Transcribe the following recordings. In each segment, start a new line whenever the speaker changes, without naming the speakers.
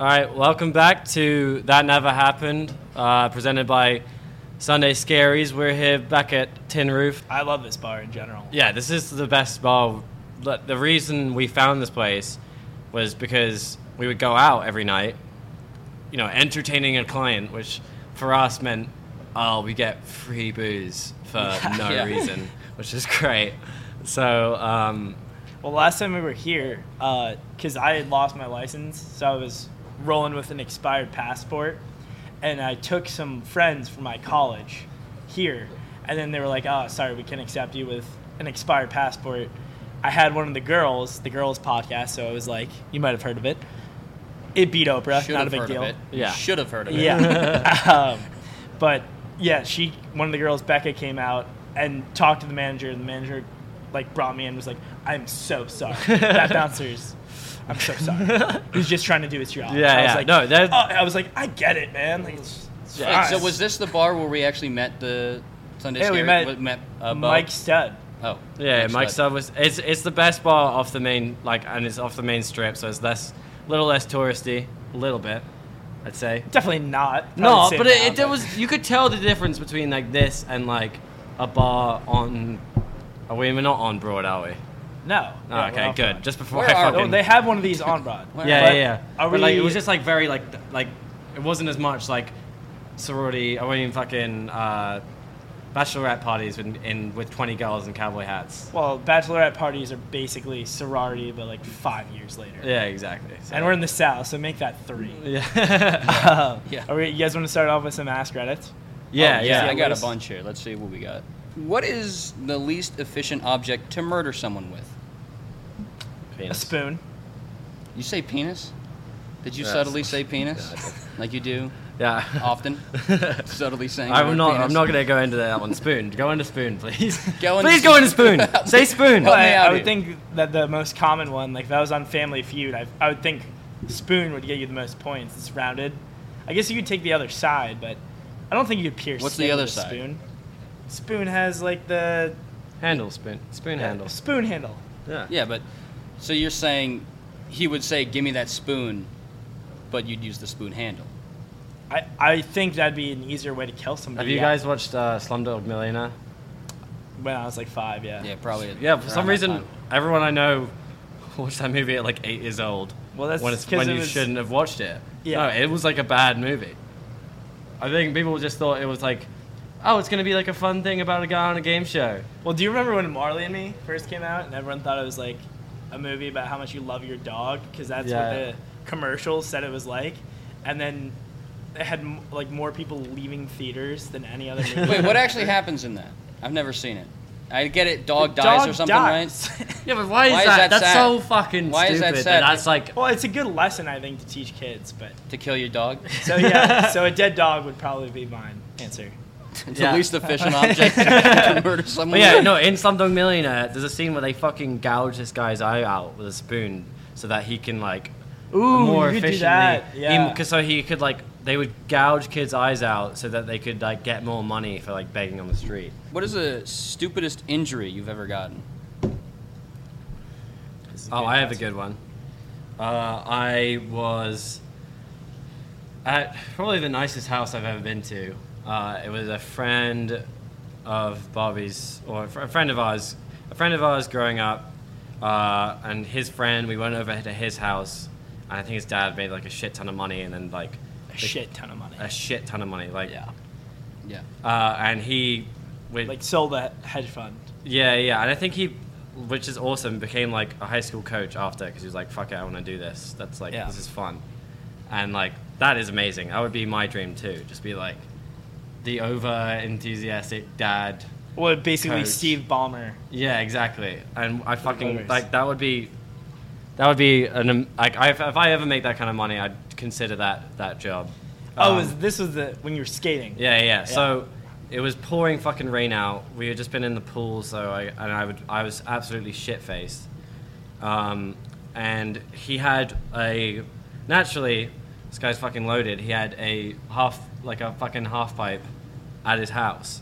All right, welcome back to That Never Happened, uh, presented by Sunday Scaries. We're here back at Tin Roof.
I love this bar in general.
Yeah, this is the best bar. But The reason we found this place was because we would go out every night, you know, entertaining a client, which for us meant, oh, we get free booze for no
Yeah.
reason, which is great. So, um,
Well, last time we were here, because I had lost my license, so I was rolling with an expired passport, and I took some friends from my college here, and then they were like, "Oh, sorry, we can't accept you with an expired passport." I had one of the girls, the girls podcast, so it was like, you might have heard of it. It beat Oprah,
Should
not a
have
big
heard
deal.
of it.
Yeah.
Should have heard of it.
Yeah. um, but yeah, she one of the girls, Becca, came out and talked to the manager, and the manager like brought me in and was like, I'm so sorry. that bouncer's I'm so sorry. He's just trying to do his
Yeah,
job. I was
yeah.
like,
No, that-
oh, I was like, I get it, man. Like it's, it's
Wait,
fine."
so was this the bar where we actually met the Sunday
Yeah, we
Scary-
met
what- met uh, Bo?
Mike Stud.
Oh,
Yeah, Mike
Stud.
Sub was it's it's the best bar off the main like and it's off the main strip, so it's less little less touristy, a little bit, I'd say.
Definitely not.
No,
Probably
but
same
it,
now,
it there was you could tell the difference between like this and like a bar on. Are we? We're not on Broad, are we? Oh,
no. Yeah, we're
okay,
off
good.
Broad.
Just before
Where
I
are we?
Oh,
fucking.
they have one of these on Broad.
Where-
yeah,
but
yeah, yeah.
are
But, like it
we-
was just like very like th- like it wasn't as much like sorority. I went in fucking uh, bachelorette parties with in with twenty girls in cowboy hats.
Well, bachelorette parties are basically sorority, but like five years later.
Yeah, exactly. so-
And we're in the South, so make that three.
Yeah.
Uh,
Yeah.
Are we, you guys want to start off with some Ask Reddit?
Oh, yeah,
Oh,
yeah.
I got a
List.
bunch here. Let's see what we got. What is the least efficient object to murder someone with?
A spoon.
You say penis? Did you
Yeah,
subtly
it's-
say penis?
yeah, I
like you do
Yeah.
often? subtly saying the
I'm
word
not.
penis?
I'm not gonna go into that one. Spoon. Go into spoon, please.
Go into
please go into spoon.
spoon.
Say spoon.
Help me
I,
out
I would
here.
think that the most common one, like if I was on Family Feud, I, I would think spoon would get you the most points. It's rounded. I guess you could take the other side, but I don't think you could pierce.
What's the
skin
other
with a
side?
Spoon. Spoon has like the
Handle spoon. Spoon handle.
spoon handle.
Yeah.
Yeah, but so you're saying he would say, "Give me that spoon," but you'd use the spoon handle.
I, I think that'd be an easier way to kill somebody.
Have you
Yeah.
guys watched uh, Slumdog Millionaire?
When I was like five, yeah.
Yeah, probably.
Yeah.
around
For
that
some reason,
time.
everyone I know watched that movie at like eight years old.
Well, that's
when, it's,
'cause
when
it
you
was-
shouldn't have watched it.
Yeah.
No, it was like a bad movie. I think people just thought it was like, oh, it's gonna be like a fun thing about a guy on a game show.
Well, do you remember when Marley and Me first came out and everyone thought it was like a movie about how much you love your dog because that's
Yeah.
what the commercials said it was like, and then it had m- like more people leaving theaters than any other movie.
Wait, what actually happens in that? I've never seen it. I get it. Dog
The
dies
dog
or something,
dies.
right?
Yeah, but why is,
Why is
that?
that
That's
sad?
so fucking
Why is
stupid.
that
that
sad?
That's like
well, it's a good lesson I think to teach kids, but
To kill your dog.
so yeah, so a dead dog would probably be mine answer.
It's
Yeah.
the least efficient object to murder someone.
But yeah,
with.
no, in Slumdog Millionaire, there's a scene where they fucking gouge this guy's eye out with a spoon so that he can like
Ooh,
more
you could do
efficiently.
that, yeah.
he- 'cause so he could like they would gouge kids' eyes out so that they could like get more money for like begging on the street.
What is the stupidest injury you've ever gotten?
Oh, I have a good one. Uh, I was at probably the nicest house I've ever been to. Uh, it was a friend of Bobby's, or a fr- a friend of ours, a friend of ours growing up, uh, and his friend. We went over to his house, and I think his dad made like a shit ton of money, and then like
A shit ton of money.
a shit ton of money, like
Yeah,
Yeah.
Uh, and he, we,
like sold the hedge fund.
yeah, yeah, and I think he, which is awesome, became like a high school coach after because he was like, "Fuck it, I want to do this. That's like
Yeah.
this is fun," and like that is amazing. That would be my dream too. Just be like the over enthusiastic dad.
Well, basically
Coach.
Steve Ballmer.
Yeah, exactly. And I fucking
Always.
like that would be. That would be an am- like I, if I ever make that kind of money, I'd consider that that job.
Oh,
Um,
was, this was the when you were skating.
yeah, yeah. So it was pouring fucking rain out. We had just been in the pool, so I and I would I was absolutely shit faced. Um, and he had a naturally this guy's fucking loaded. He had a half like a fucking half pipe at his house,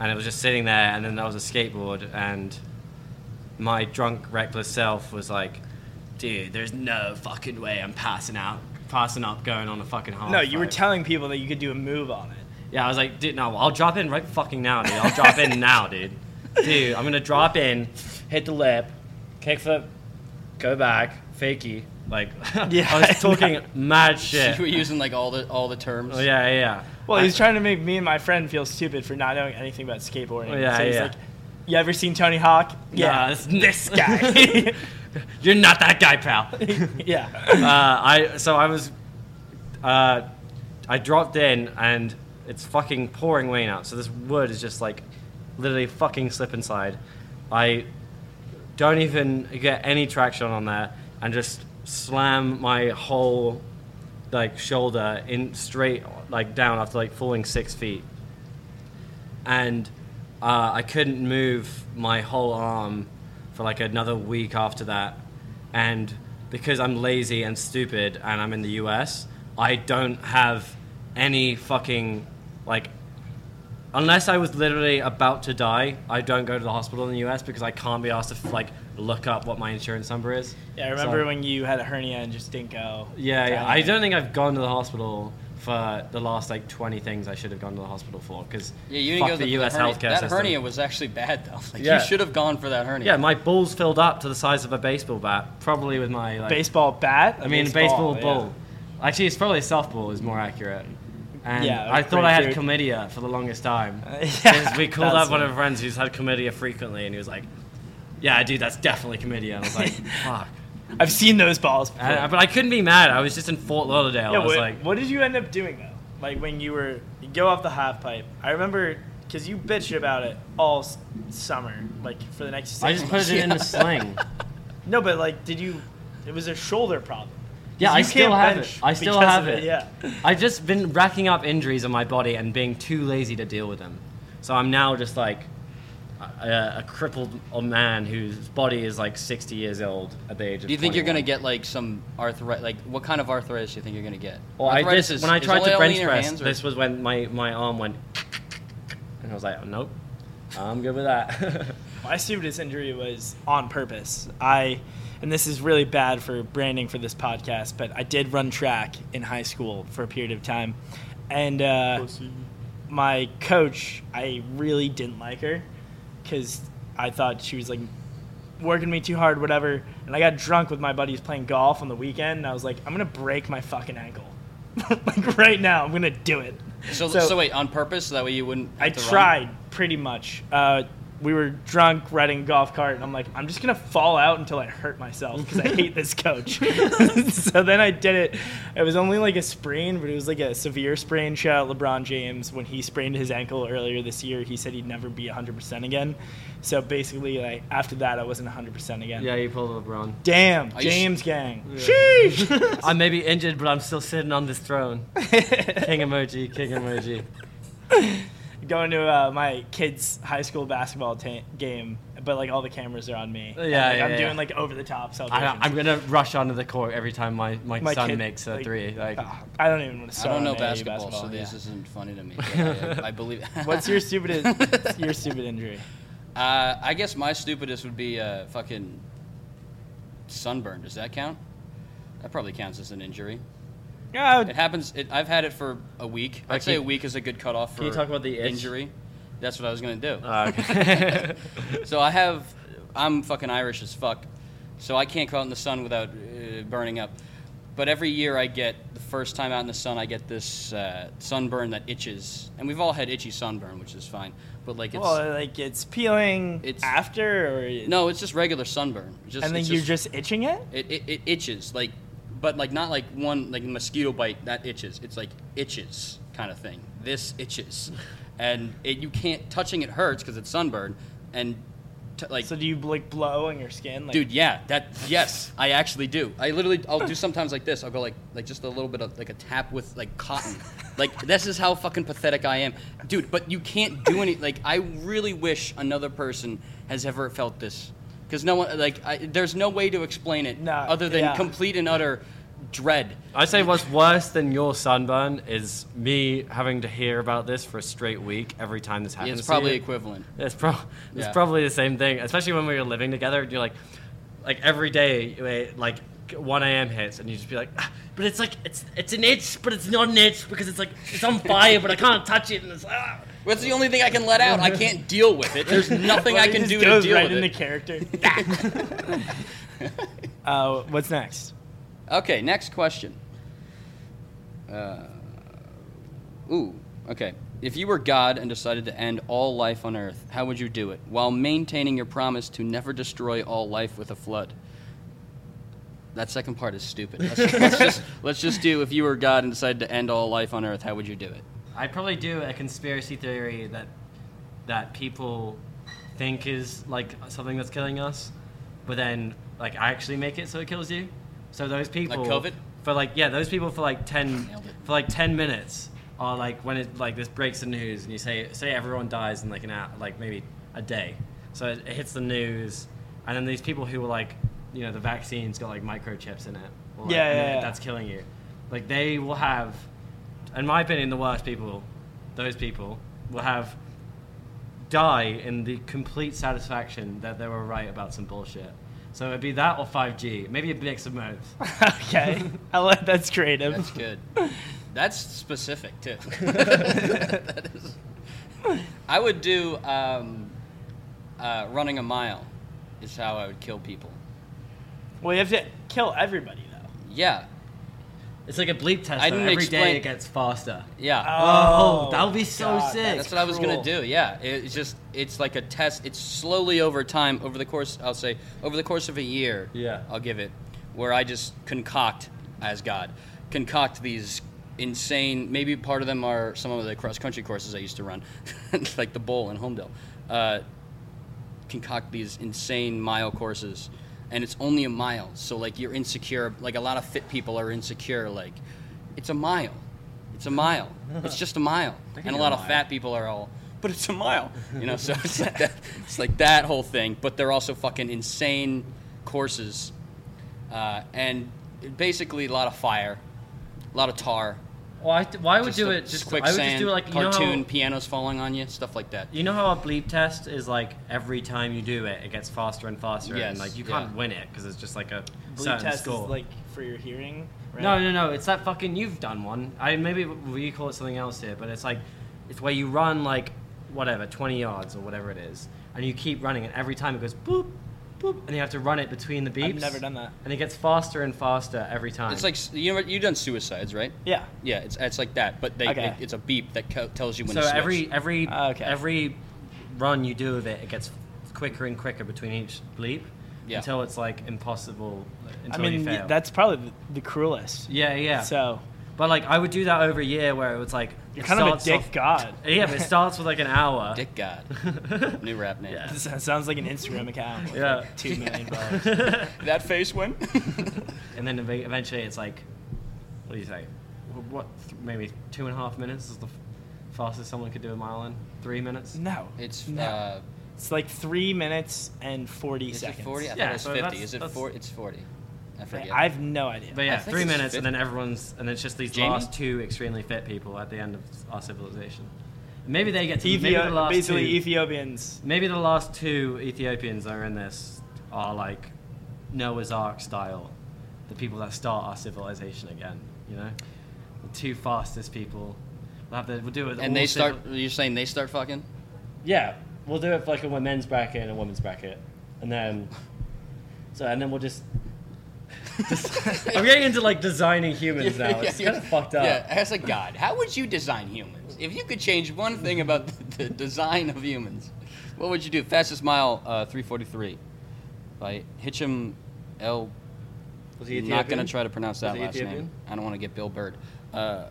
and it was just sitting there. And then there was a skateboard, and my drunk reckless self was like, "Dude, there's no fucking way I'm passing out." passing up going on a fucking half.
No, you were
like-
telling people that you could do a move on it.
Yeah, I was like, dude, no, I'll drop in right fucking now, dude. I'll drop in now, dude. Dude, I'm gonna drop in, hit the lip, kick flip, go back, fakey. Like,
Yeah,
I
I
was talking mad shit.
You were using like all the all the terms.
Oh, yeah, yeah.
Well,
I-
he's trying to make me and my friend feel stupid for not knowing anything about skateboarding.
Oh, yeah,
so he's
yeah.
like, "You ever seen Tony Hawk?
Nah,
Yeah,
it's-
this guy.
You're not that guy, pal.
yeah,
uh, I so I was, uh, I dropped in and it's fucking pouring rain out. So this wood is just like, literally fucking slip inside. I don't even get any traction on that and just slam my whole like shoulder in straight like down after like falling six feet and uh, i couldn't move my whole arm for like another week after that and because i'm lazy and stupid and i'm in the us i don't have any fucking like unless I was literally about to die, I don't go to the hospital in the US because I can't be asked to like look up what my insurance number is.
yeah. I remember
So-
when you had a hernia and just didn't go.
Yeah, yeah.
down
I
there.
don't think I've gone to the hospital for the last like 20 things I should have gone to the hospital for because
Yeah, you didn't
fuck
go to
the, US
hernia.
healthcare
That
system.
hernia was actually bad though. Like
Yeah.
you should have gone for that hernia.
yeah, my balls filled up to the size of a baseball bat, probably with my like,
baseball bat.
I mean, baseball,
yeah.
ball. Actually, it's probably a softball is more accurate. And
Yeah,
I thought I had
pretty
chlamydia for the longest time.
Uh, yeah,
'Cause we called
that's
up one
it.
of our friends who's had chlamydia frequently, and he was like, "Yeah, dude, that's definitely chlamydia." And I was like, "Fuck!"
I've seen those balls. Before.
And- but I couldn't be mad. I was just in Fort Lauderdale.
yeah,
I was
what,
like,
what did you end up doing though? Like when you were you go off the half pipe. I remember because you bitched about it all s- summer, like for the next. Six
I just put it in
Yeah.
a sling.
No, but like, did you? It was a shoulder problem. 'Cause
Yeah, I
you
still
can't
have
bench
it. I still
because
have
of
it.
Yeah.
I've just been racking up injuries on my body and being too lazy to deal with them. So I'm now just like a, a crippled old man whose body is like 60 years old at the age of.
Do you think you're
21.
gonna get like some arthritis? Like what kind of arthritis do you think you're gonna get?
Well, I
Arthritis
did,
is-
when I
is
tried
only-
to
only
bench
in your
press,
hands, or-
this was when my, my arm went, and I was like, nope, I'm good with that.
My stupidest injury was on purpose. I, and this is really bad for branding for this podcast, but I did run track in high school for a period of time, and uh, my coach, I really didn't like her, because I thought she was like working me too hard, whatever. And I got drunk with my buddies playing golf on the weekend, and I was like, I'm gonna break my fucking ankle, like right now. I'm gonna do it.
so,
so-
so, wait, on purpose, so that way you wouldn't. have
I
to run?
tried pretty much. Uh, we were drunk riding a golf cart, and I'm like, I'm just gonna fall out until I hurt myself because I hate this coach. so then I did it. It was only like a sprain, but it was like a severe sprain. Shout out LeBron James when he sprained his ankle earlier this year. He said he'd never be 100% again. So basically, like after that, I wasn't 100% again.
yeah, you pulled LeBron.
Damn,
Are you sh-
James gang. Sheesh.
I may be injured, but I'm still sitting on this throne. king emoji, king emoji.
Going to uh, my kid's high school basketball ta- game, but like all the cameras are on
Yeah,
me. And, like,
yeah,
I'm
yeah.
doing like over the top
I,
celebrations.
I'm gonna rush onto the court every time my, my,
My
son
kid,
makes a
like,
three. Like,
Ah, I don't even want to.
I don't know basketball, so this isn't funny to me. but I, I believe.
What's your stupid your stupid injury?
Uh, I guess my stupidest would be uh, fucking sunburn. Does that count? That probably counts as an injury.
Yeah,
It happens. It, I've had it for a week. I'd
Like,
say
you-
a week is a good cutoff for
Can you talk about the itch?
injury. That's what I was gonna do.
Ah, okay.
so I have, I'm fucking Irish as fuck, so I can't go out in the sun without uh, burning up. But every year I get the first time out in the sun, I get this uh, sunburn that itches, and we've all had itchy sunburn, which is fine. But like it's
well, like it's peeling
It's-
after, or it-
no, it's just regular sunburn. It's Just,
and then
it's
you're just itching it.
it, it, it itches like, but like not like one like mosquito bite that itches. It's like itches kind of thing. This itches, and it, you can't touching it hurts because it's sunburn, and t- like
So do you like blow on your skin? Like,
Dude, yeah, that yes, I actually do. I literally, I'll do sometimes like this. I'll go like, like just a little bit of like a tap with like cotton. like this is how fucking pathetic I am, dude. But you can't do any. Like I really wish another person has ever felt this, because no one like I, there's no way to explain it
No,
other than
yeah.
complete and utter dread.
I'd say what's worse than your sunburn is me having to hear about this for a straight week every time this happens.
It's probably
to you.
equivalent.
It's, pro- it's
Yeah.
probably the same thing, especially when we were living together. You're like, like every day, eh, like 1 a.m. hits and you just be like, "Ah, but it's like it's it's an itch, but it's not an itch because it's like it's on fire, but I can't touch it, and it's ah.
That's the only thing I can let out. I can't deal with it. There's nothing I
It
can
just
do to
goes
deal
right
with
into
it.
character. uh, what's next?
Okay, next question. Uh, ooh, okay. If you were God and decided to end all life on Earth, how would you do it while maintaining your promise to never destroy all life with a flood? That second part is stupid. Let's, let's just let's just do if you were God and decided to end all life on Earth, how would you do it?
I probably do a conspiracy theory that that people think is like something that's killing us, but then like I actually make it so it kills you. So those people
COVID?
for like yeah, those people for like ten
Nailed it.
for like ten minutes are like when it like this breaks the news and you say say everyone dies in like an hour like maybe a day. So it, it hits the news and then these people who were like you know, the vaccine's got like microchips in it. or, like,
Yeah,
and
yeah,
that-
yeah.
That's killing you. Like they will have, in my opinion, the worst people, those people will have die in the complete satisfaction that they were right about some bullshit. So it'd be that or 5G, maybe a mix of both.
okay, I like that's creative.
That's good. That's specific too. that is. I would do um, uh, running a mile. Is how I would kill people.
Well, you have to kill everybody though.
Yeah,
It's like a bleep test.
I
though.
didn't
Every day
explain-
it gets faster.
yeah.
Oh, that would be so sick.
That's what I was gonna
cruel.
do. Yeah, It- it's just it's like a test. It's slowly over time, over the course. I'll say over the course of a year.
Yeah.
I'll give it where I just concoct as God concoct these insane. Maybe part of them are some of the cross country courses I used to run, like the bowl in Homedale. Uh, concoct these insane mile courses and it's only a mile so like you're insecure like a lot of fit people are insecure like it's a mile it's a mile it's just a mile
can
and a
do
lot
a
of
mile.
fat people are all but it's a mile you know so it's like that, it's like that whole thing but they're also fucking insane courses uh, and basically a lot of fire a lot of tar
Well, I, th- well, I would
Just
do
the-
it. Just I would
quicksand
just do it like you know
cartoon
how-
pianos falling on you stuff like that
You know how a bleep test is like every time you do it, it gets faster and faster,
Yes,
and like you
yeah.
can't win it because it's just like a
Blue
certain
test
score.
is like for your hearing. Right?
No, no, no. It's that fucking you've done one. I maybe we call it something else here, but it's like it's where you run like whatever twenty yards or whatever it is, and you keep running, and every time it goes boop, boop, and you have to run it between the beeps.
I've never done that.
And it gets faster and faster every time.
it's like s- you know what- you've done suicides right
Yeah.
Yeah, it's it's like that, but they,
Okay.
they- it's a beep that co- tells you when
so
to switch.
every every
Ah, okay.
every run you do of it, it gets quicker and quicker between each bleep
Yeah.
until it's like impossible.
I
Until
mean
you
y-
fail.
that's probably the, the cruelest.
yeah, yeah.
So
but like I would do that over a year where it was like
you're
it
kind of a
starts
dick
off-
god.
Yeah, but it starts with like an hour.
Dick God, new rap name.
Yeah.
This sounds like an Instagram account. With
Yeah.
like two million followers.
That face went.
and then ev- eventually it's like, what do you say? Wh- What, th- maybe two and a half minutes is the f- fastest someone could do a mile in? Three minutes?
No,
it's
no.
uh,
it's like three minutes and forty
is
seconds.
it forty? I thought
Yeah,
it was
so
fifty.
that's-
Is it
that's-
four? It's forty. I forget.
I have no idea.
But yeah,
I think
three
it's
minutes,
fit-
and then everyone's, and it's just these
Jamie?
last two extremely fit people at the end of our civilization. Maybe they get to maybe the
Ethio-
last
basically
two,
Ethiopians.
Maybe the last two Ethiopians that are in this are like Noah's Ark style, the people that start our civilization again. You know, the two fastest people. We'll have to we'll do it. all
and they
civil-
start. You're saying they start fucking?
Yeah, we'll do it for like a men's bracket and a women's bracket, and then so and then we'll just. I'm getting into like designing humans now. It's
Yeah,
kind of fucked up.
Yeah, as a god, how would you design humans? If you could change one thing about the, the design of humans, what would you do? Fastest mile, uh, three forty-three, by Hitchem L.
Was
I'm not going to try to pronounce that
Was he
last
Ethiopian?
name. I don't want to get Bill Bird. Uh,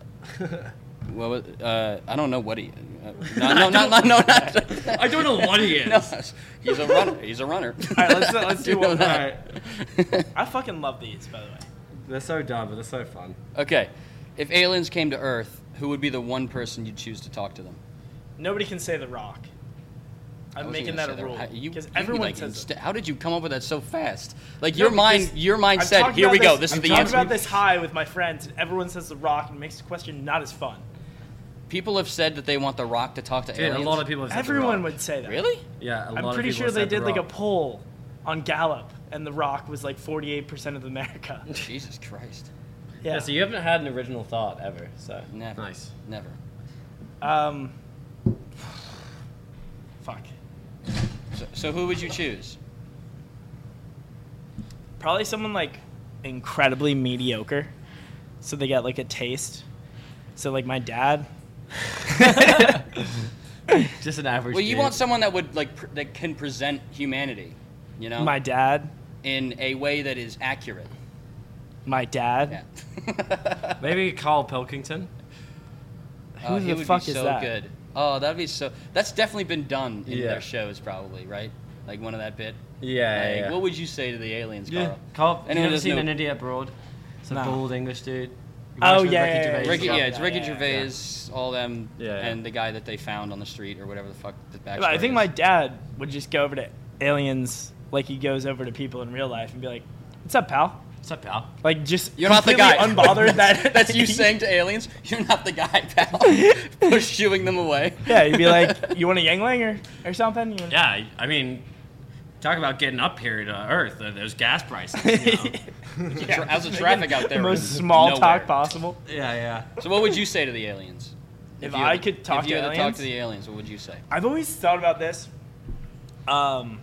what was, uh, I don't know what he. Uh, no, no, no, no, no, not,
I don't know what he is.
no. He's a runner. He's a runner.
All right, let's
uh,
let's do
know
one.
that.
I fucking love these, by the way.
They're so dumb, but they're so fun.
Okay, if aliens came to Earth, who would be the one person you'd choose to talk to them?
Nobody can say The Rock. I'm
I wasn't
making that
gonna
a
say
rule
How- you-
because
you,
everyone
like,
says
insta- How did you come up with that so fast? Like
it.
your
No,
mind,
because
your mind
I've
said,
talked
"Here
about
we go.
this-
This
I've
is the
talked
answer."
about this high with my friends. and Everyone says The Rock and it makes the question not as fun.
People have said that they want the Rock to talk to
Dude,
aliens.
a lot of people. Have said The
Everyone
Rock.
would say that.
Really?
Yeah, a lot
I'm
of
pretty
people
sure
have
they
said The
did like a
Rock.
poll on Gallup and The Rock was like 48% of America.
Jesus Christ.
Yeah.
Yeah.
So you haven't had an original thought ever. So
Never.
Nice.
Never.
um, fuck.
So, so who would you choose?
Probably someone like incredibly mediocre, so they got like a taste. So like my dad.
Just an average.
Well, you
dude.
want someone that would like pr- that can present humanity, you know,
My dad.
in a way that is accurate.
My dad.
Yeah.
Maybe Carl Pilkington.
Oh,
Who
he
the
would be
fuck is
so
that?
good. Oh, that'd be so. That's definitely been done in
Yeah.
their shows, probably, right? Like one of that bit.
Yeah,
Like,
yeah, yeah.
What would you say to the aliens,
Oh.
Carl?
Carl.
Anyone
you ever
doesn't
seen
know-
an idiot abroad? It's a
No.
bald English dude.
Oh,
Reminds me of
yeah,
Ricky
yeah, yeah,
Gervais.
Ricky,
Yeah.
yeah, it's Ricky
Yeah.
Gervais, all them,
Yeah, yeah.
and the guy that they found on the street or whatever the fuck the backstory.
But I think
is.
my dad would just go over to aliens like he goes over to people in real life and be like, "What's up, pal?"
What's up, pal?
Like just
You're not the guy.
completely Unbothered
that's,
that
that's you saying to aliens, you're not the guy, pal. Push shooing them away.
Yeah, you'd be like, "You want a Yangling or, or something?" You want
Yeah, I mean, talk about getting up here to Earth. uh, Those gas prices. You know.
Tra- How's the traffic out there?
the
is
most small
nowhere.
talk possible.
yeah, yeah.
So what would you say to the aliens?
If
you
I
had-
could talk
if you
to
had to talk
aliens?
to the aliens, what would you say?
I've always thought about this. Um,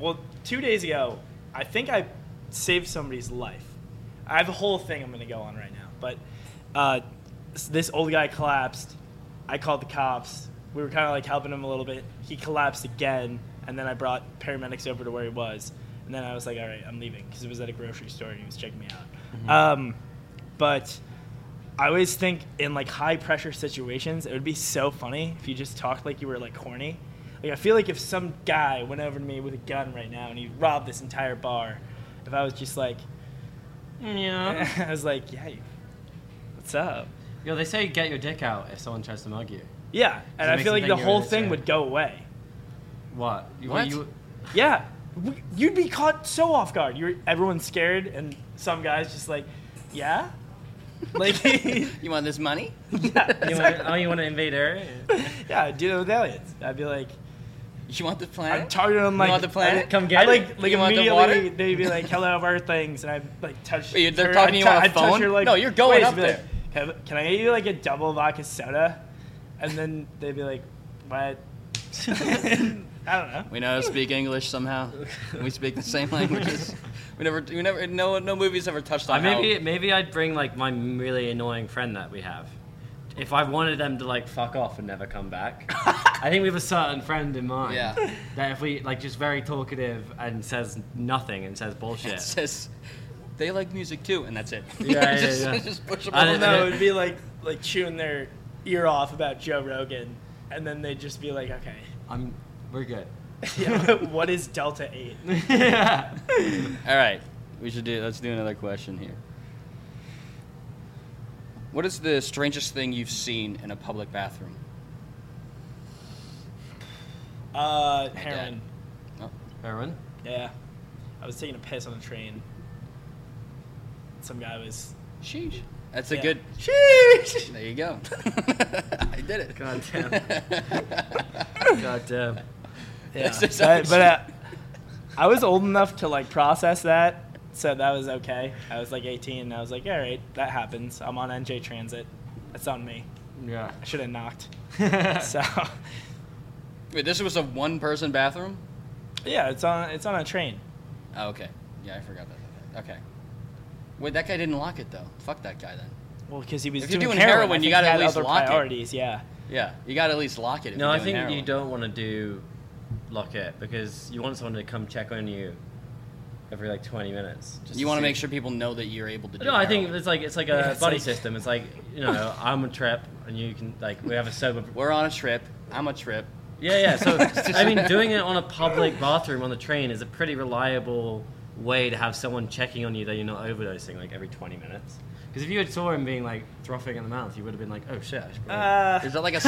well, two days ago, I think I saved somebody's life. I have a whole thing I'm going to go on right now, but uh, s- this old guy collapsed. I called the cops. We were kind of like helping him a little bit. He collapsed again, and then I brought paramedics over to where he was. And then I was like, all right, I'm leaving because it was at a grocery store and he was checking me out. Um, but I always think in like high pressure situations, it would be so funny if you just talked like you were like horny. Like I feel like if some guy went over to me with a gun right now and he robbed this entire bar, if I was just like,
Yeah.
I was like, yeah, you- what's up?
Yo, they say get your dick out if someone tries to mug you.
Yeah,
it
and I
makes
feel
them
like
think
the
you're
whole
in it,
thing
yeah.
would go away.
What? You,
What?
You,
Yeah, W- you'd be caught so off guard. You're everyone's scared, and some guys just like, yeah, like yeah,
You want this money?
you
exactly.
wanna, oh, you want to invade Earth?
yeah. I'd do that with aliens. I'd be like.
You want the
I'm
planet?
targeting them like
want the planet?
I-
Come get
I, like,
it.
Like
You want the
immediately,
water?
they'd be like, "Hello, Earthlings," and I like touch.
Wait, they're
her- I'd
talking to you on a
I'd touch
phone?
her, like,
No, you're going
waist,
up
be like, "Can I- can I get you like a double vodka soda? And then they'd be like, "What?" I don't know.
We know how to speak English somehow. We speak the same languages. We never, we never, no, no movies ever touched
I
on how-
maybe maybe I'd bring like my really annoying friend that we have. If I wanted them to like fuck off and never come back, I think we have a certain friend in mind.
Yeah.
That if we like just very talkative and says nothing and says bullshit.
It says they like music too, and that's it.
Yeah, yeah,
just,
yeah.
just push them
I
all
didn't-
down.
No, it'd be like like chewing their ear off about Joe Rogan, and then they'd just be like, "Okay,
I'm we're good.
yeah, what is Delta 8?
yeah.
All right, we should do. Let's do another question here. What is the strangest thing you've seen in a public bathroom?
Uh, heroin.
Oh,
Erwin?
Yeah. I was taking a piss on a train. Some guy was.
sheesh. That's a
Yeah.
good. Sheesh. There you go. I did it.
God damn. God damn.
Yeah.
That's just-
but but uh, I was old enough to like process that, so that was okay. I was like 18, and I was like, all right, that happens. I'm on NJ Transit. That's on me.
Yeah.
I should have knocked.
yeah.
So,
Wait, this was a one-person bathroom.
yeah, it's on it's on a train.
Oh, okay. Yeah, I forgot that. Okay. Wait, that guy didn't lock it though. Fuck that guy then.
Well, because he was
If you're
doing,
doing
heroin,
heroin,
I
you
think
gotta
he
at
had
least
other
lock it.
priorities. Yeah.
Yeah, you gotta at least lock it. If
No,
you're
I
doing
think you
heroin.
don't want to do lock it because you want someone to come check on you every like 20 minutes. Just
You want
to
to
see-
make sure people know that you're able to do.
No, I think
heroin.
it's like it's like
Yeah,
a
it's
buddy
like-
system. It's like you know, I'm a trip, and you can like we have a sober.
we're on a trip. I'm a trip.
Yeah, yeah. So I mean, doing it on a public bathroom on the train is a pretty reliable way to have someone checking on you that you're not overdosing like every 20 minutes. Because if you had saw him being like throffing in the mouth, you would have been like, oh shit. I should probably-
Uh,
Is that like a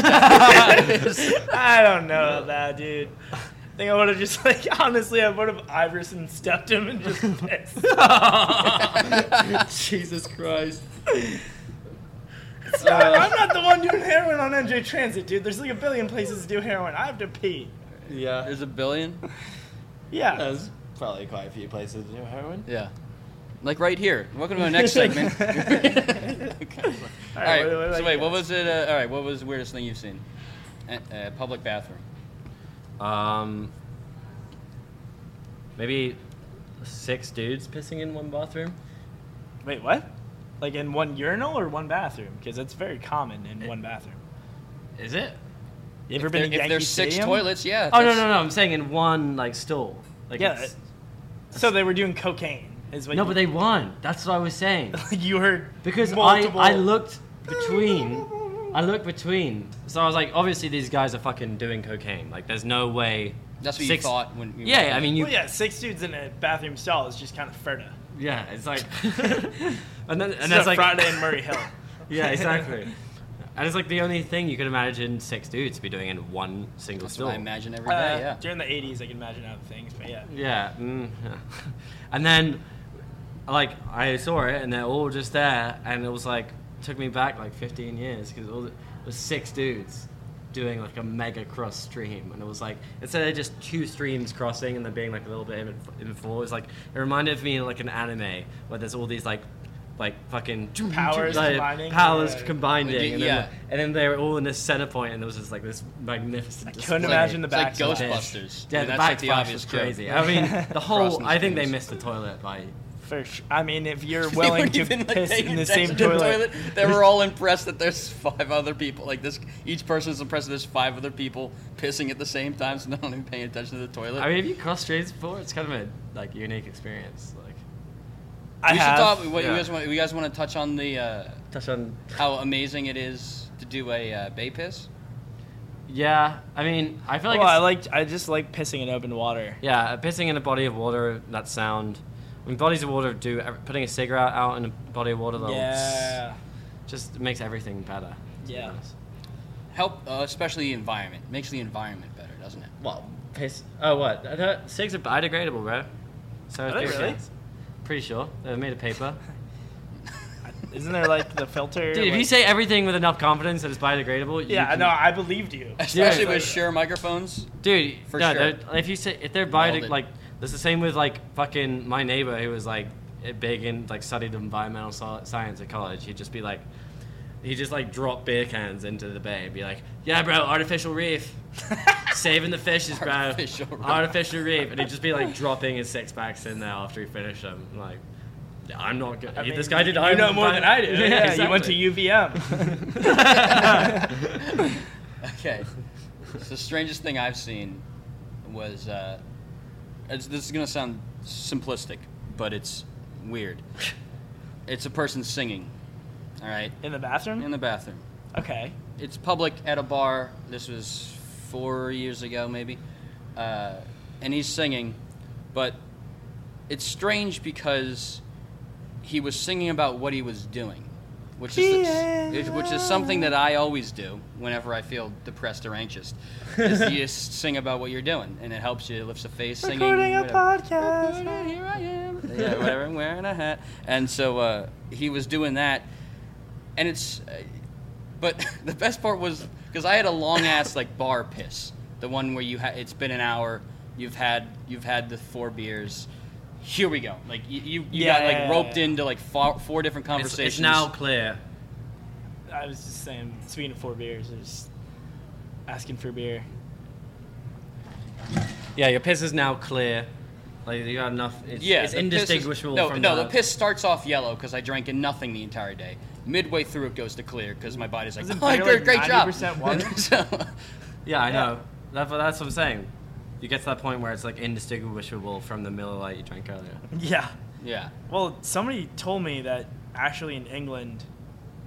step?
I don't know about that, dude. I think I would have just like honestly, I would have Iverson stepped him and just pissed.
Uh, Jesus Christ.
So, I'm not the one doing heroin on NJ Transit, dude. There's like a billion places to do heroin. I have to pee.
Yeah.
There's a billion.
Yeah.
That's probably quite a few places to do heroin.
Yeah. Like right here. Welcome to our next segment. Okay. All right.
what- what about
so wait,
you
what
guys?
was it? Uh, all right, what was the weirdest thing you've seen? Uh, uh, public bathroom.
Um, maybe six dudes pissing in one bathroom.
Wait, what? Like in one urinal or one bathroom? Because that's very common in
It-
one bathroom.
Is it?
You ever
if
been
there-
in
if
Yankee
there's six
Stadium?
toilets, yeah.
Oh no
that's-
no no! I'm saying in one like stool. Like
Yeah,
it's-
So they were doing cocaine, is what?
no,
you,
but they won. That's what I was saying.
you heard
Because I,
multiple-
I looked between. I looked between. So I was like, obviously these guys are fucking doing cocaine. Like there's no way.
That's what you
six-
thought when you
Yeah, I mean you.
Well, yeah, six dudes in a bathroom stall is just kind of ferta.
yeah, it's like. and then and
And
that's
that's
like
Friday in Murray Hill. Uh,
Yeah, exactly. and it's like the only thing you could imagine six dudes be doing in one single
That's
stool.
what I imagine every day.
Uh,
yeah.
During the '80s, I can imagine other things, but yeah.
Yeah. Mm, yeah. and then, like, I saw it, and they're all just there, and it was like took me back like 15 years because all the, it was six dudes doing like a mega cross stream, and it was like instead of just two streams crossing and then being like a little bit in, in before, it was like it reminded me of like an anime where there's all these like. Like fucking
Powers
like,
combining?
powers
Yeah.
combining,
Yeah.
and, then, and then they were all in this center point, and there was just like this magnificent.
couldn't
display.
imagine the
it's like
backflash.
Ghostbusters.
Yeah,
I mean,
the
that's like the
backflash
obvious
was
joke.
crazy. I mean, the whole.
Frosting
I think they
things.
missed the toilet by.
For sure. I mean, if you're
They
willing
weren't
to
even, like,
piss
paying
in the
attention
same
to
toilet,
They were all impressed that there's five other people. Like this, each person's impressed that there's five other people pissing at the same time, so they're not even paying attention to the toilet.
I mean, have you crossed streams before? It's kind of a like unique experience. Like
I
we should
have.
talk. What
Yeah.
you guys want? You guys want to touch on the uh,
touch on.
how amazing it is to do a uh, bay piss?
Yeah, I mean, I feel like.
well, I
it's-
like. I just like pissing in open water.
yeah, pissing in a body of water. That sound. I mean, bodies of water do putting a cigarette out in a body of water. that will
Yeah.
Just makes everything better. to be
Yeah.
honest.
Help, uh, especially the environment. Makes the environment better, doesn't it?
Well, piss. Oh, what? I thought cigs are biodegradable, bro. So
Are they
theory
really?
is. Pretty sure they're made of paper.
Isn't there like the filter?
Dude, if you
like-
say everything with enough confidence that it's biodegradable, you
yeah, I
can-
know. I believed you.
Especially
Yeah.
with Shure microphones.
Dude,
For
no,
sure.
they're- if you say if they're
Nailed
biodeg
it.
like that's the same with like fucking my neighbor who was like big in like studied environmental so- science at college. He'd just be like, he'd just like drop beer cans into the bay and be like, "Yeah, bro, artificial reef, saving the fishes, bro,
Artificial reef."
artificial reef," and he'd just be like dropping his six packs in there after he finished them. I'm Like, "Yeah, I'm not good.
I mean,
this guy did.
You
I'm
know more than I do. Yeah, you went to
exactly.
UVM.
Okay. so the strangest thing I've seen was uh, it's, this is gonna sound simplistic, but it's weird. It's a person singing. All right,
in the bathroom.
in the bathroom.
okay.
It's public at a bar. This was four years ago, maybe. Uh, and he's singing, but it's strange because he was singing about what he was doing, which is the, which is something that I always do whenever I feel depressed or anxious. Is you just sing about what you're doing, and it helps you. It lifts a face singing.
Recording a
whatever.
podcast.
Here I am. Yeah, whatever. I'm wearing a hat. And so uh, he was doing that, and it's. Uh, but the best part was because I had a long ass like bar piss, the one where you ha- it's been an hour, you've had you've had the four beers. Here we go. Like you, you, you
Yeah,
got like
yeah, yeah,
roped
yeah.
into like four, four different
It's,
conversations.
it's now clear.
I was just saying, speaking of four beers, I was just asking for beer.
Yeah, your piss is now clear. Like you got enough. It's,
yeah,
it's
the piss is-
indistinguishable
no,
from
no, the piss starts off yellow because I drank in nothing the entire day. Midway through, it goes to clear because my body's like,
Isn't
"Oh,
beer
great,
like
great job."
90% water?
So-
Yeah, I know. That's what, that's what I'm saying. You get to that point where it's like indistinguishable from the Miller Lite you drank earlier.
Yeah.
yeah.
Well, somebody told me that actually in England,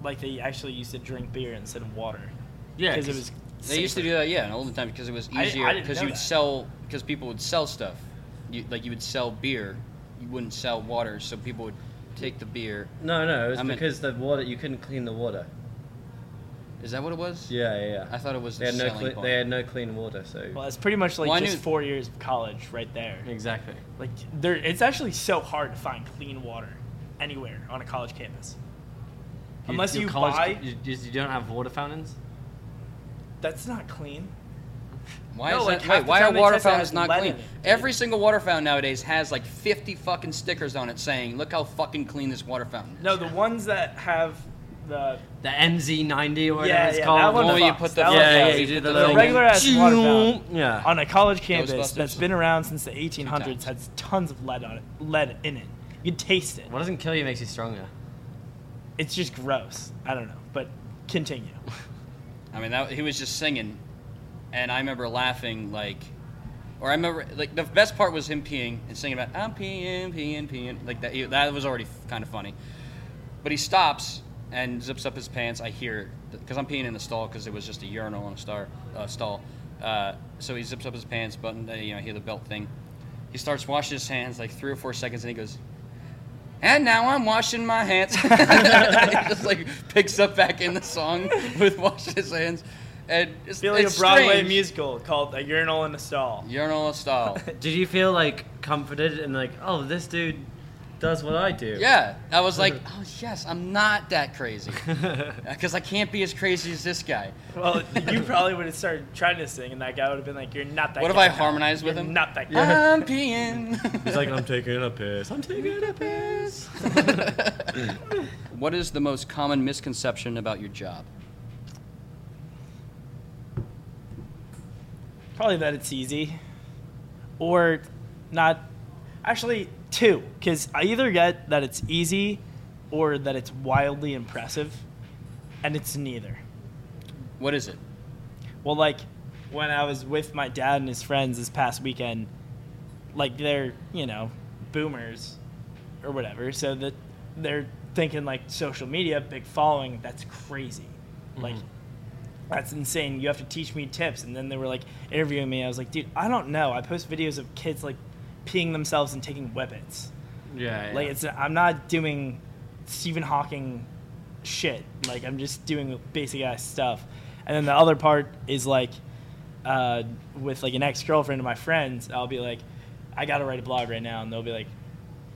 like they actually used to drink beer instead of water.
Yeah,
Because it was.
They used to
safer.
do that, yeah, in olden times because it was
I- I
easier
didn't
because
know
you would
that.
sell because people would sell stuff, you, like you would sell beer, you wouldn't sell water, so people would take the beer.
No, no, it was
I meant-
because the water you couldn't clean the water.
Is that what it was?
Yeah, yeah. yeah.
I thought it was
they
the
had no
selling
cle-
part.
they had no clean water, so
Well, it's pretty much like
Well, I
just
knew-
four years of college right there.
exactly.
Like there, it's actually so hard to find clean water anywhere on a college campus. Unless
your
you
college-
buy,
you, you don't have water fountains.
that's not clean.
Why
No,
is
like,
that?
half
Wait,
the
why
time
are
they
water
test it
fountains
has
not
lead
clean?
in it, dude.
Every single water fountain nowadays has like 50 fucking stickers on it saying, "Look how fucking clean this water fountain." is."
No, the ones that have the
The MZ90 or whatever
Yeah,
it's
yeah,
called.
that one
Oh, you
fucks.
put the
That
yeah,
one
yeah,
fucks.
you
you
do
put
the
the
little
regular ass water fountain.
Yeah.
on a college campus
Ghostbusters.
that's been around since the 1800s
times.
has tons of lead on it, lead in it. You can taste it.
What doesn't kill you makes you stronger.
It's just gross. I don't know, but continue.
I mean, that, he was just singing, and I remember laughing like, or I remember like the best part was him peeing and singing about I'm peeing, peeing, peeing. Like that, he- that was already kind of funny. But he stops and zips up his pants. I hear it because I'm peeing in the stall because it was just a urinal and a star uh, stall. Uh, so he zips up his pants, button, uh, you know, hear the belt thing. He starts washing his hands like three or four seconds, and he goes. And now I'm washing my hands. he just like picks up back in the song with wash his hands, and it's,
Feel like
it's
a Broadway
strange.
musical called A Urinal in a Stall.
Urinal style.
Did you feel like comforted and like, oh, this dude does what I do?
Yeah, I was like, oh yes, I'm not that crazy because I can't be as crazy as this guy.
Well, you probably would have started trying to sing, and that guy would have been like, "You're not that."
What if
guy
I
now.
harmonized with
You're
him?
Not that. guy.
I'm peeing.
He's like, I'm taking a piss. I'm taking a piss.
what is the most common misconception about your job?
Probably that it's easy, or not. Actually, two, because I either get that it's easy, or that it's wildly impressive, and it's neither.
What is it?
Well, like when I was with my dad and his friends this past weekend, like they're you know boomers or whatever, so that they're thinking like social media, big following, that's crazy, like that's insane. You have to teach me tips, and then they were like interviewing me. I was like, dude, I don't know. I post videos of kids like peeing themselves and taking whippets.
yeah,
Like it's I'm not doing Stephen Hawking shit. Like I'm just doing basic ass stuff. And then the other part is like uh, with like an ex girlfriend of my friends, I'll be like, I gotta write a blog right now, and they'll be like,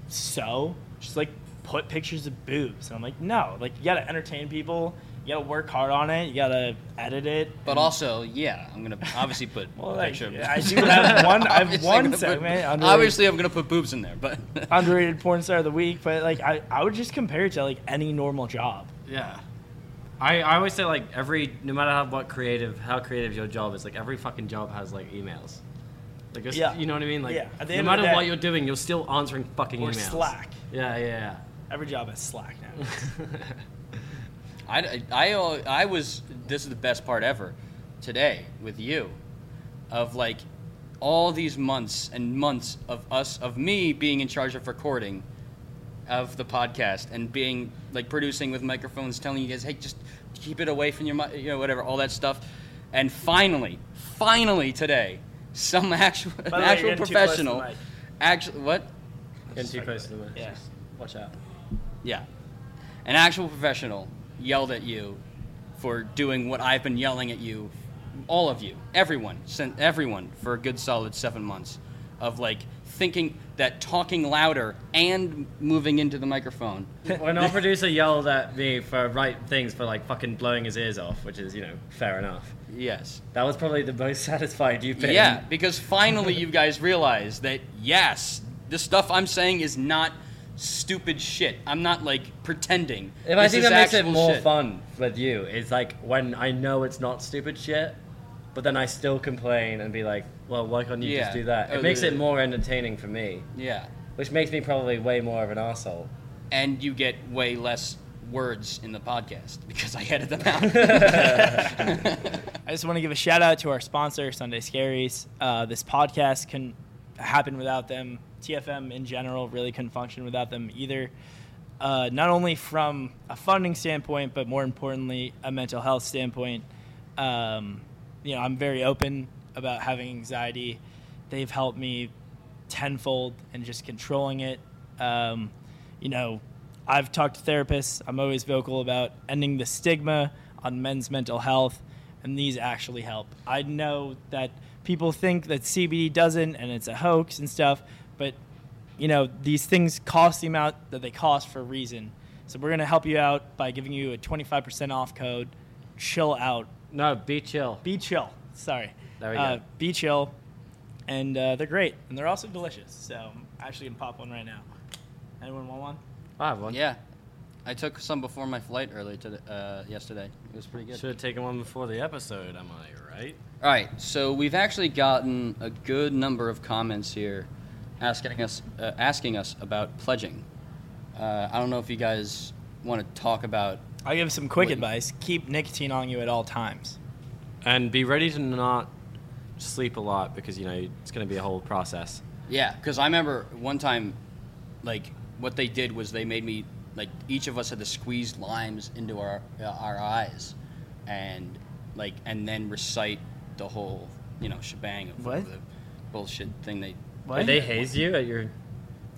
so just like put pictures of boobs, and I'm like, no, like you gotta entertain people, you gotta work hard on it, you gotta edit it.
But also, yeah, I'm gonna obviously put
Hmm. Well,
a
like,
picture. of-
I do have one- I have
Obviously
one
I'm gonna put-
segment under-
Obviously, I'm gonna put boobs in there, but
Underrated porn star of the week, but like I, I would just compare it to like any normal job.
Yeah. I, I always say like every no matter how what creative how creative your job is like every fucking job has like emails. Like just,
Yeah.
you know what I mean? Like
Yeah, at the
no
end of
matter
the day-
what you're doing, you're still answering fucking
Or
emails.
Slack.
Yeah, yeah,
Every job has Slack now.
yeah.
I, I, I was this is the best part ever today with you of like all these months and months of us of me being in charge of recording of the podcast and being like producing with microphones telling you guys hey just keep it away from your mi- you know whatever all that stuff and finally finally today some actual an
the way,
actual
you're getting too close to the
professional
mic.
actually what
Getting too close to the mic.
Yeah.
Just Watch out.
yeah. An actual professional yelled at you for doing what I've been yelling at you, all of you, everyone, sent everyone for a good solid seven months of like thinking that talking louder and moving into the microphone.
when our producer yelled at me for right things for like fucking blowing his ears off, which is, you know, fair enough.
Yes.
That was probably the most satisfied you've been.
Yeah, because finally you guys realize that yes, the stuff I'm saying is not stupid shit. I'm not like pretending.
If I
This
think
is
that makes it
actual
more
shit.
fun with you, it's like when I know it's not stupid shit, but then I still complain and be like, well, why can't you just
Yeah.
do that? It
Oh,
makes
yeah.
it more entertaining for me,
Yeah.
which makes me probably way more of an asshole.
and you get way less words in the podcast because I edit them out.
I just want to give a shout out to our sponsor, Sunday Scaries. Uh, this podcast can happen without them. TFM in general really couldn't function without them either. Uh, not only from a funding standpoint, but more importantly, a mental health standpoint. Um, you know, I'm very open about having anxiety. They've helped me tenfold and just controlling it. Um, you know, I've talked to therapists. I'm always vocal about ending the stigma on men's mental health, and these actually help. I know that people think that CBD doesn't and it's a hoax and stuff, but you know, these things cost the amount that they cost for a reason. So we're going to help you out by giving you a 25% off code. Chill out.
No, be chill.
Be chill. Sorry.
There we go.
Uh, be chill, and uh, they're great, and they're also delicious. So I'm actually gonna pop one right now. Anyone want one?
I have one.
Yeah, I took some before my flight earlier today, uh, yesterday. It was pretty good.
Should have taken one before the episode, am I right?
All right, so we've actually gotten a good number of comments here, asking us uh, asking us about pledging. Uh, I don't know if you guys want to talk about.
I'll give some quick
Wait.
advice. Keep nicotine on you at all times.
And be ready to not sleep a lot because, you know, it's going to be a whole process.
Yeah, because I remember one time, like what they did was they made me like each of us had to squeeze limes into our uh, our eyes, and like and then recite the whole you know shebang of
What?
the bullshit thing they.
What?
Did they haze you at your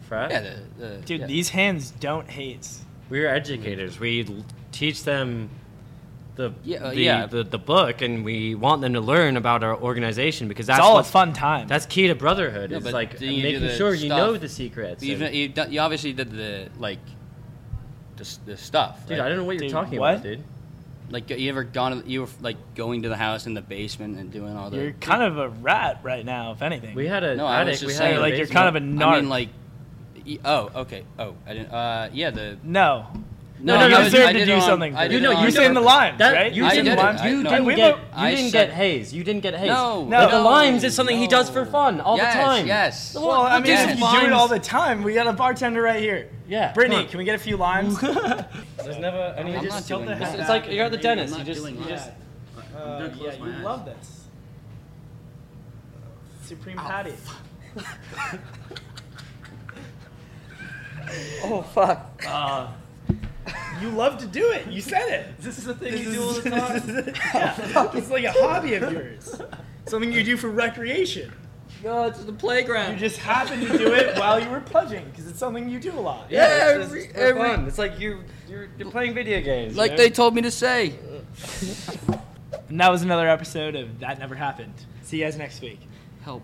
frat?
Yeah, the, the,
Dude,
yeah.
these hands don't hate.
We were educators. We l- teach them the,
Yeah, uh,
the,
yeah.
the the book, and we want them to learn about our organization because that's
It's all a
what's-
fun time.
That's key to brotherhood.
Yeah,
it's
but
like
then you do
making
the
sure you
stuff.
know the secrets.
You've,
and-
you've done, you obviously did the like, the, s- the stuff.
dude,
right?
I don't know what you're
Dude,
talking
what?
about, dude.
Like you ever gone? You were like going to the house in the basement and doing all the.
you're kind of a rat right now, if anything.
We had a
No, I
attic.
was just
We
saying,
had a
like you're
basement.
kind of a narc.
I mean, like. y- Oh, okay. Oh, I didn't. Uh, yeah, the.
no.
No, no,
I
no,
you
you
was-
deserve
I
to
did
do
it on-
something.
I
for
did
You know,
that.
it on
you
you saved the
purpose.
limes,
That-
right?
you
You
I
saved
didn't-
the
did it.
limes.
I-
You
no.
didn't
we
get
both-
you
I
didn't
said-
get haze. You didn't get haze.
No,
No.
the
no.
limes is something he does for
no.
fun all
Yes,
the time.
yes.
The
Well,
Well, I
look
mean,
at
if
Yes.
his
you do it all
limes.
the time, we got a bartender right here.
Yeah, come
Brittany,
on.
can we get a few limes?
There's never any.
I'm
just
not
tilt
doing
the
that.
head
It's
back
like
and you're at the
I'm
dentist.
not
You just,
doing
you
that.
just.
Uh, yeah, you love this. Supreme patty.
Oh fuck.
Uh, you love to do it. You said it. This is a thing you do all the time. yeah. It's like a hobby of yours. Something you do for recreation.
No, it's the
You
playground.
just happened to do it while you were pledging because it's something you do a lot.
Yeah,
it's,
every-
it's for
every-
fun. It's like you you're, you're playing video games.
like
you know?
they told me to say.
And that was another episode of That Never Happened. See you guys next week.
Help.